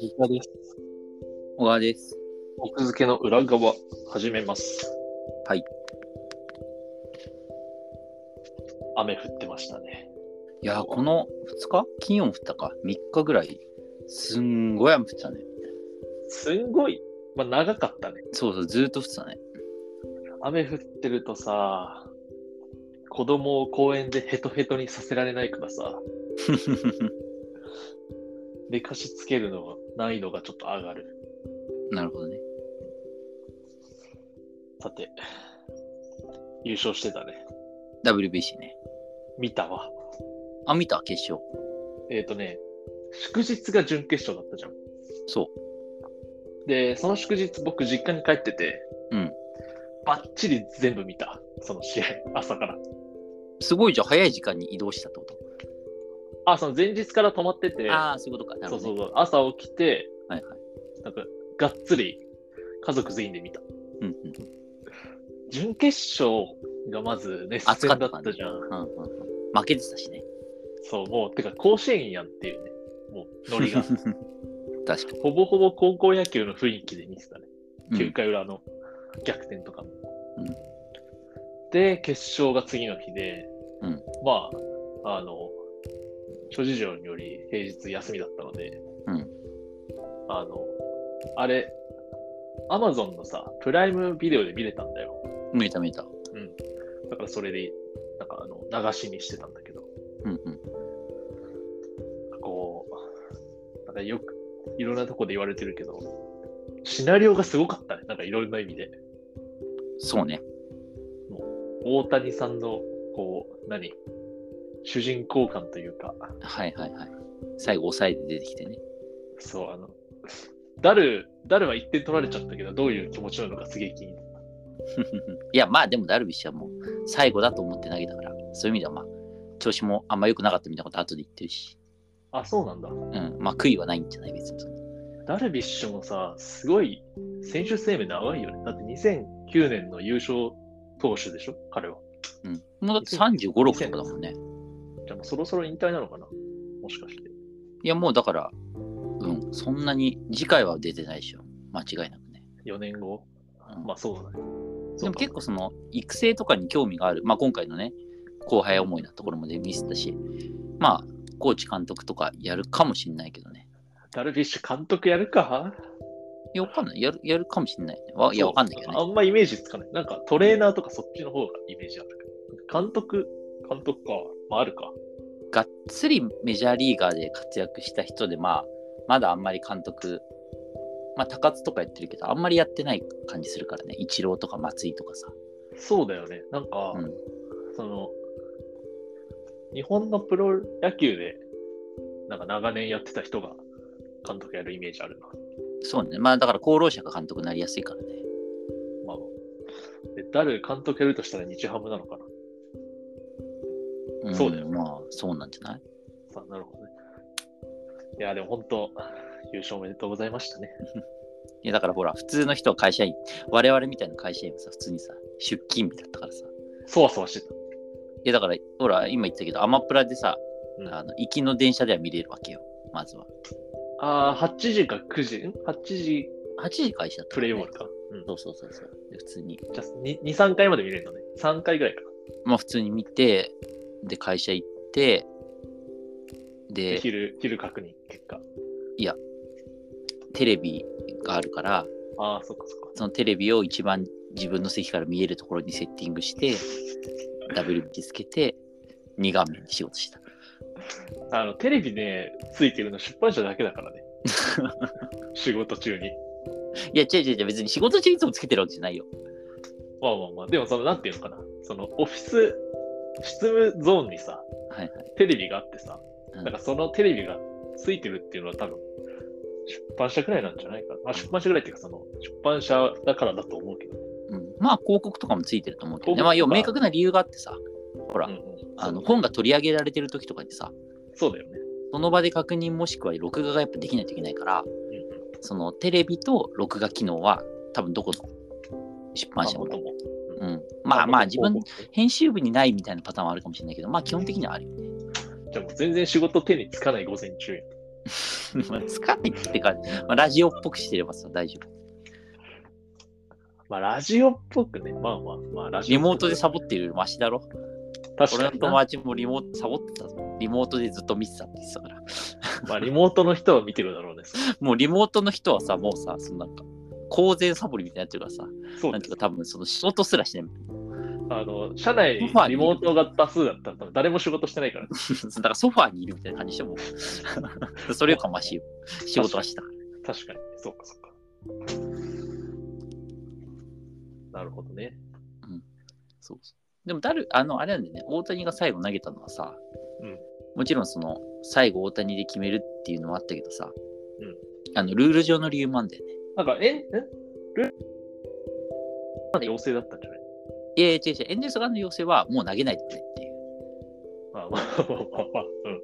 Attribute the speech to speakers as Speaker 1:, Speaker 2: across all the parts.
Speaker 1: 実家です。
Speaker 2: 小川です。
Speaker 1: 奥付けの裏側、始めます。
Speaker 2: はい。
Speaker 1: 雨降ってましたね。
Speaker 2: いやー、この2日金曜も降ったか ?3 日ぐらい、すんごい雨降ってたね。
Speaker 1: すんごい、まあ、長かったね。
Speaker 2: そうそう、ずーっと降ってたね。
Speaker 1: 雨降ってるとさ、子供を公園でヘトヘトにさせられないからさ、寝かしつけるのが、難易度がちょっと上がる。
Speaker 2: なるほどね。
Speaker 1: さて、優勝してたね。
Speaker 2: WBC ね。
Speaker 1: 見たわ。
Speaker 2: あ、見た決勝。
Speaker 1: えっ、とね、祝日が準決勝だったじゃん。
Speaker 2: そ
Speaker 1: で、その祝日、僕、実家に帰ってて、
Speaker 2: うん。
Speaker 1: ばっちり全部見た、その試合、朝から。
Speaker 2: う。すごいじゃん、早い時間に移動したってこと。
Speaker 1: あ、その前日から泊まってて、
Speaker 2: ああ、そういうことか。なる
Speaker 1: そう
Speaker 2: ほど
Speaker 1: そ
Speaker 2: ね、
Speaker 1: うそう、朝起きて、
Speaker 2: はいはい。
Speaker 1: なんか、がっつり、家族全員で見た。
Speaker 2: うんうん。
Speaker 1: 準決勝がまず熱
Speaker 2: 暑か
Speaker 1: 戦だ
Speaker 2: った
Speaker 1: っ
Speaker 2: から
Speaker 1: た
Speaker 2: ね
Speaker 1: じゃん。
Speaker 2: うんうんうん。負けてたしね。
Speaker 1: そう、もう、てか、甲子園やんっていうね、もう、ノリが。
Speaker 2: 確かに。
Speaker 1: ほぼほぼ高校野球の雰囲気で見てたね。
Speaker 2: うん
Speaker 1: 9回裏の逆転とかも。
Speaker 2: うん
Speaker 1: で、決勝が次の日で、
Speaker 2: うん
Speaker 1: まあ、あの、諸事情により平日休みだったので、
Speaker 2: うん
Speaker 1: あの、あれ、アマゾンのさ、プライムビデオで見れたんだよ。
Speaker 2: 見た見た。
Speaker 1: だからそれで、なんかあの、流しにしてたんだけど、
Speaker 2: うんうん。
Speaker 1: こう、なんかよく、いろんなとこで言われてるけど、シナリオがすごかったね。なんかいろんな意味で。
Speaker 2: そうね。
Speaker 1: 大谷さんの、こう、何主人公感というか、
Speaker 2: はいはいはい。最後、抑えて出てきてね。
Speaker 1: そう、あの、ダル、ダルは1点取られちゃったけど、どういう気持ちなのかすげえ気になった。
Speaker 2: いや、まあでもダルビッシュはもう最後だと思って投げたから、そういう意味ではまあ、調子もあんま良くなかったみたいなこと後で言ってるし、
Speaker 1: あ、そうなんだ。
Speaker 2: うん、まあ悔いはないんじゃない別に。
Speaker 1: ダルビッシュもさ、すごい、選手生命長いよね。だって2009年の優勝投手でしょ彼は。
Speaker 2: うん。もうだって35、6とかだもんね。
Speaker 1: じゃあもうそろそろ引退なのかなもしかして。
Speaker 2: いや、もうだから、うん、そんなに次回は出てないでしょ。間違いなくね。
Speaker 1: 4年後
Speaker 2: うん
Speaker 1: まあそうだね。
Speaker 2: でも結構その育成とかに興味がある、まあ今回のね、後輩思いなところまで見せたし、まあ、コーチ監督とかやるかもしんないけどね。
Speaker 1: ダルビッシュ監督やるか
Speaker 2: いや、わかんない。やるやるかもしんないね。わいや、わかんないけどね。
Speaker 1: あんまイメージつかない。なんかトレーナーとかそっちの方がイメージあるけど。監督、監督か。まああるか。
Speaker 2: がっつりメジャーリーガーで活躍した人で、まあ、まだあんまり監督、まあ、高津とかやってるけど、あんまりやってない感じするからね、イチローとか松井とかさ。
Speaker 1: そうだよね。なんか、
Speaker 2: うん、
Speaker 1: その、日本のプロ野球で、なんか長年やってた人が監督やるイメージあるな。
Speaker 2: そうね、まあだから功労者が監督になりやすいからね。
Speaker 1: まあ、で誰監督やるとしたら日ハムなのかな。
Speaker 2: ん
Speaker 1: そうだよ
Speaker 2: まあ、そうなんじゃない
Speaker 1: さあ、なるほどね。いや、でも本当、優勝おめでとうございましたね。
Speaker 2: いやだからほら、普通の人は会社員、我々みたいな会社員はさ、普通にさ、出勤日だったからさ。
Speaker 1: そわそわしてた。
Speaker 2: いやだから、ほら、今言ったけど、アマプラでさ、
Speaker 1: うん
Speaker 2: あの行きの電車では見れるわけよ、まずは。
Speaker 1: ああ、8時か9時、ん ?8 時
Speaker 2: 8時開始だった
Speaker 1: プ
Speaker 2: から
Speaker 1: レ
Speaker 2: ね、
Speaker 1: イボールか。うん
Speaker 2: そうそうそうそう。で普通に
Speaker 1: じゃあ2、3回まで見れるのね。3回ぐらいかな。
Speaker 2: まあ普通に見て、で会社行って、
Speaker 1: で
Speaker 2: で、
Speaker 1: 昼、昼確認、結果。
Speaker 2: テレビがあるから、
Speaker 1: ああ、そっかそっか。
Speaker 2: そのテレビを一番自分の席から見えるところにセッティングして、WBC つけて、2画面で仕事した。
Speaker 1: あの、テレビね、ついてるの出版社だけだ からね。仕事中に。
Speaker 2: いや、違う違う違う、別に仕事中いつもつけてるわけじゃないよ。
Speaker 1: まあまあまあ、でもその、なんていうのかな。その、オフィス、執務ゾーンにさ、
Speaker 2: はいはい。
Speaker 1: テレビがあってさ、
Speaker 2: うん
Speaker 1: だからそのテレビがついてるっていうのは多分、出版社くらいなんじゃないかな。まあ、出版社くらいっていうか、その、出版社だからだと思うけどね。
Speaker 2: うん、まあ広告とかもついてると思うけど、
Speaker 1: 広告
Speaker 2: ね、
Speaker 1: とか
Speaker 2: まあ要は明確な理由があってさ、ほら、
Speaker 1: うんうん
Speaker 2: あの
Speaker 1: そう
Speaker 2: 本が取り上げられてる時とかにさ、
Speaker 1: そうだよね。
Speaker 2: その場で確認もしくは録画がやっぱできないといけないから、
Speaker 1: うんうん。
Speaker 2: そのテレビと録画機能は多分どこの出版
Speaker 1: あ
Speaker 2: 社
Speaker 1: も
Speaker 2: も
Speaker 1: とも。
Speaker 2: うん、まあまあ自分
Speaker 1: 報告
Speaker 2: 編集部にないみたいなパターンはあるかもしれないけどまあ基本的にはあるよ ね
Speaker 1: じゃあもう全然仕事手につかない午前中や。
Speaker 2: まあつかないってか、まあ、ラジオっぽくしてればさ大丈夫
Speaker 1: まあラジオっぽくね。まあまあまあラジオ。
Speaker 2: リモートでサボってるよりマシだろ
Speaker 1: 確か
Speaker 2: 俺の
Speaker 1: に
Speaker 2: 友
Speaker 1: な。
Speaker 2: 達もリモートサボってたぞリモートでずっと見てたって言ってたから
Speaker 1: まあリモートの人は見てるだろうね。
Speaker 2: もうリモートの人はさもうさそのなんか公然サボりみたいになってるからさ
Speaker 1: そう
Speaker 2: なん
Speaker 1: で
Speaker 2: てい
Speaker 1: す
Speaker 2: うか多分その仕事すらしてない
Speaker 1: あの、社内
Speaker 2: ソファーに
Speaker 1: リモートが多数だったら多分誰も仕事してないから。
Speaker 2: だからソファーにいるみたいな感じでもう それよりかマシよ仕事はしたから
Speaker 1: 確かに。そうかそうか。なるほどね。
Speaker 2: そうそうでもだるあのあれなんだよね大谷が最後投げたのはさ、
Speaker 1: うん
Speaker 2: もちろんその最後大谷で決めるっていうのもあったけどさ、
Speaker 1: うん
Speaker 2: あのルール上の理由もあんだよね
Speaker 1: なんか、え、えルなんか陽性だったんじゃない
Speaker 2: いやいや違う違うエンゼルス側の要請はもう投げないでくれっていう
Speaker 1: まあまあまあまあまあ。うん。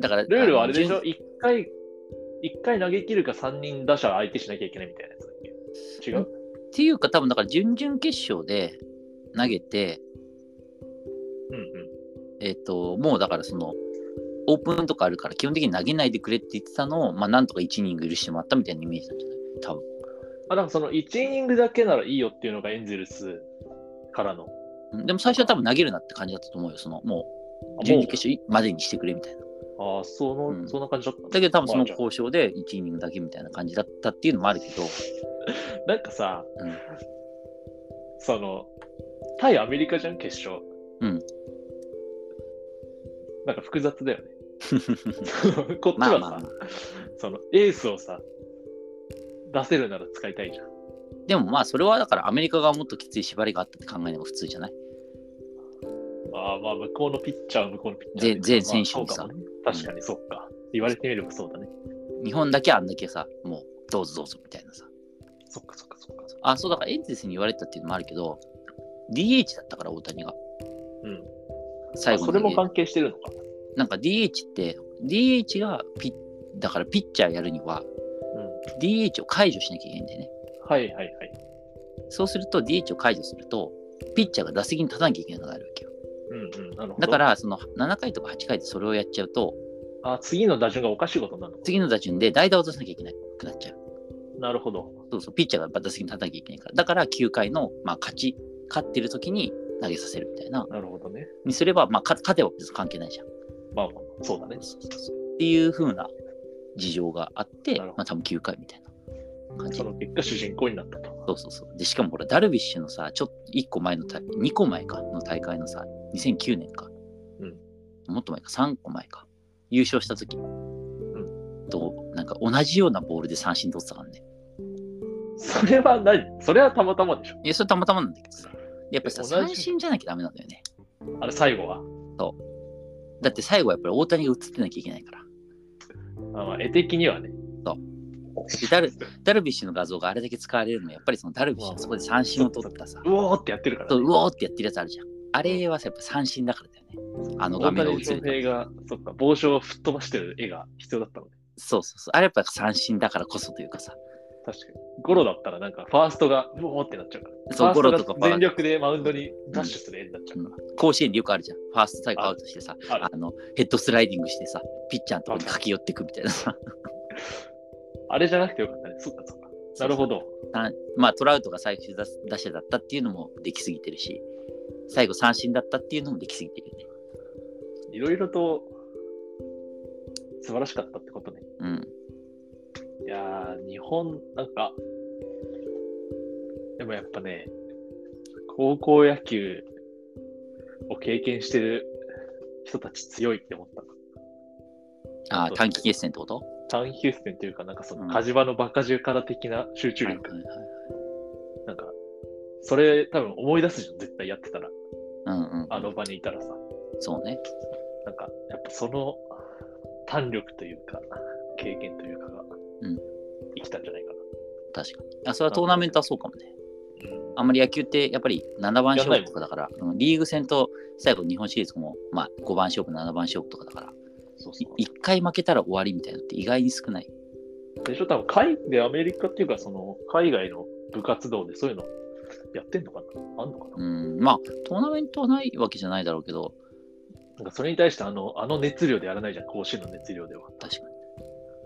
Speaker 2: だから
Speaker 1: ルールはあれ
Speaker 2: の
Speaker 1: でしょ
Speaker 2: 順
Speaker 1: ?1 回、一回投げ切るか3人打者相手しなきゃいけないみたいなやつだっけ違う
Speaker 2: っていうか多分だから準々決勝で投げて
Speaker 1: うんうん。
Speaker 2: えっ、と、もうだからその、オープンとかあるから基本的に投げないでくれって言ってたのを、まあなんとか1イニング許してもらったみたいなイメージなんじゃない多分。
Speaker 1: あ、なんかその1イニングだけならいいよっていうのがエンゼルスからの。
Speaker 2: うんでも最初は多分投げるなって感じだったと思うよ。その、もう、準々決勝までにしてくれみたいな。
Speaker 1: ああ、その、
Speaker 2: うん
Speaker 1: そんな感じだったんだ
Speaker 2: だけど多分そ
Speaker 1: ま
Speaker 2: の
Speaker 1: あじゃあ
Speaker 2: 交渉で1イニングだけみたいな感じだったっていうのもあるけど、
Speaker 1: なんかさ、
Speaker 2: うん
Speaker 1: その、対アメリカじゃん、決勝。
Speaker 2: うん。
Speaker 1: なんか複雑 だよね。こっちは
Speaker 2: ま
Speaker 1: さ、
Speaker 2: あまあまあ
Speaker 1: そのエースをさ、出せるなら使いたいじゃん。
Speaker 2: でもまあそれはだからアメリカがもっときつい縛りがあったって考えるのが普通じゃない
Speaker 1: まあまあ、向こうのピッチャーは向こうのピッチャーで
Speaker 2: 全全選手にさ
Speaker 1: まあそうかもね確かにそうか。言われてみればそうだね。
Speaker 2: 日本だけあんだけさ、もうどうぞどうぞみたいなさ。
Speaker 1: そっかそっかそっか。
Speaker 2: あ、そうだからエンゼルスに言われたっていうのもあるけど、DH だったから大谷が。
Speaker 1: うん。
Speaker 2: 最後
Speaker 1: あそ
Speaker 2: に
Speaker 1: れも関係してるのか。
Speaker 2: なんか DH って DH がピッだからピッチャーやるには
Speaker 1: うん。
Speaker 2: DH を解除しなきゃいけないんだよね。
Speaker 1: はいはいはい。
Speaker 2: そうすると DH を解除するとピッチャーが打席に立たなきゃいけないのがあるわけよ。
Speaker 1: うんうん。なるほど。
Speaker 2: だか、らその7回とか8回でそれをやっちゃうと
Speaker 1: あ次の打順がおかしいことになるのか。
Speaker 2: 次の打順で代打を出さなきゃいけなくなっちゃう。
Speaker 1: なるほど。
Speaker 2: そうそうピッチャーが打席に立たなきゃいけないからだから9回の、まあ、勝ち勝ってる時に投げさせるみたいな
Speaker 1: なるほどね。
Speaker 2: にすれば、まあ、勝勝てば別に関係ないじゃん。
Speaker 1: まあまあまあ、そうだね。
Speaker 2: そうそうそうっていう風な事情があって、
Speaker 1: なる
Speaker 2: ま
Speaker 1: ほど
Speaker 2: あ多分9回みたいな感じ
Speaker 1: その結果、主人公になったと。
Speaker 2: そうそうそう。で、しかもほら、ダルビッシュのさ、ちょっと1個前の大、2個前かの大会のさ、2009年か。
Speaker 1: うん
Speaker 2: もっと前か、3個前か。優勝した時と、なんか同じようなボールで三振取ってたからね。
Speaker 1: それは何それはたまたまでしょ。
Speaker 2: いや、それたまたまなんだけどさ。やっぱりさ、
Speaker 1: え同じ
Speaker 2: 三振じゃなきゃダメなんだよね。
Speaker 1: あれ、最後は。
Speaker 2: だって最後はやっぱり大谷が映ってなきゃいけないから。
Speaker 1: あまあ、絵的にはね。
Speaker 2: でダルダルビッシュの画像があれだけ使われるのは、やっぱりそのダルビッシュがそこで三振を取ったさ、
Speaker 1: うおーってやってるから、
Speaker 2: そう
Speaker 1: ね。
Speaker 2: うおーってやってるやつあるじゃん。あれはさ、やっぱ三振だからだよね。あの画
Speaker 1: 大
Speaker 2: 面が映
Speaker 1: 谷翔
Speaker 2: るから。
Speaker 1: 平が、そっか、帽子を吹っ飛ばしてる絵が必要だったのね。
Speaker 2: そうそうそう。あれやっぱ三振だからこそというかさ。
Speaker 1: 確かに。ゴロだったら、なんか、ファーストが、うおーってなっちゃうから。
Speaker 2: そ
Speaker 1: ファ
Speaker 2: う
Speaker 1: ースト
Speaker 2: ゴロとかファ
Speaker 1: が
Speaker 2: ー
Speaker 1: 全力でマウンドにダッシュする絵になっちゃうか
Speaker 2: 甲子園でよくあるじゃん。ファースト最後アウトしてさ、
Speaker 1: ら。ある
Speaker 2: あの、ヘッドスライディングしてさ、ピッチャーのとこに駆け寄ってくみたいなさ。
Speaker 1: あれじゃなくてよかったね。そっかそっか。なるほど。
Speaker 2: さんまあ、トラウトが最終打打者だったっていうのもできすぎてるし、最後三振だったっていうのもできすぎてるよね。
Speaker 1: いろいろと、素晴らしかったってことね。
Speaker 2: うん。
Speaker 1: いやー、日本、なんか、でもやっぱね、高校野球を経験してる人たち強いって思った。
Speaker 2: ああ、短期決戦ってこと
Speaker 1: 短期決戦というか、なんかそうの
Speaker 2: ん
Speaker 1: 火事場のバカ力的な集中力。
Speaker 2: はいはいはい
Speaker 1: なんか、それ多分思い出すじゃん、絶対やってたら。
Speaker 2: うんうん。
Speaker 1: あの場にいたらさ。
Speaker 2: そうね。
Speaker 1: なんか、やっぱその胆力というか、経験というかが、
Speaker 2: うん
Speaker 1: 生きたんじゃないか
Speaker 2: 確かに。あ、それはトーナメントはそうかもね。
Speaker 1: な。うん
Speaker 2: あんまり野球ってやっぱり7番勝負とかだから、うんリーグ戦と最後日本シリーズも、まあ、5番勝負、7番勝負とかだから、
Speaker 1: そうそう
Speaker 2: 1回負けたら終わりみたいなのって意外に少ない。
Speaker 1: でしょ、多分海でアメリカっていうか、その海外の部活動でそういうのやってんのかなあんのかな
Speaker 2: うん、まあ、トーナメントはないわけじゃないだろうけど、
Speaker 1: なんかそれに対してあの、あの熱量でやらないじゃん、甲子園の熱量では。
Speaker 2: 確かに。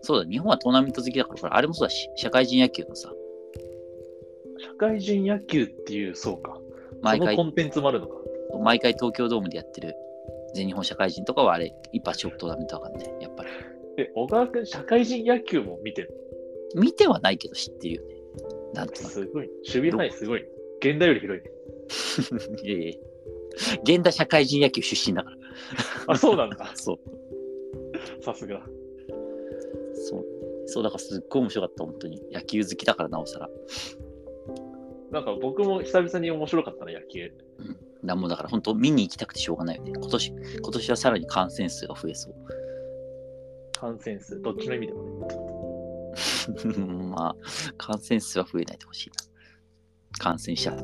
Speaker 2: そうだ、日本はトーナメント好きだから、ほら、あれもそうだし、社会人野球のさ、
Speaker 1: 社会人野球っていう、そうか。そ
Speaker 2: 毎
Speaker 1: の
Speaker 2: 回
Speaker 1: コ、ンテンツもあるのか。
Speaker 2: 毎回東京ドームでやってる全日本社会人とかは、あれ、一発勝負トーナメントだからね、やっぱり。
Speaker 1: で、小川君、社会人野球も見てる。
Speaker 2: 見てはないけど知ってるよね。なんとな く。
Speaker 1: すごい。守備範囲すごい。現代より広いね。
Speaker 2: いやいや現代社会人野球出身だから。。
Speaker 1: あ、そうなんだ
Speaker 2: そう。
Speaker 1: さすが。
Speaker 2: そう。そう、だからすっごい面白かった、本当に。野球好きだから、なおさら。
Speaker 1: なんか僕も久々に面白かったな、野球。
Speaker 2: なんもだから、本当見に行きたくてしょうがないよね。今年、今年はさらに感染数が増えそう。
Speaker 1: 感染数、どっちの意味でもね。
Speaker 2: まあ、感染数は増えないでほしいな。感染者数は。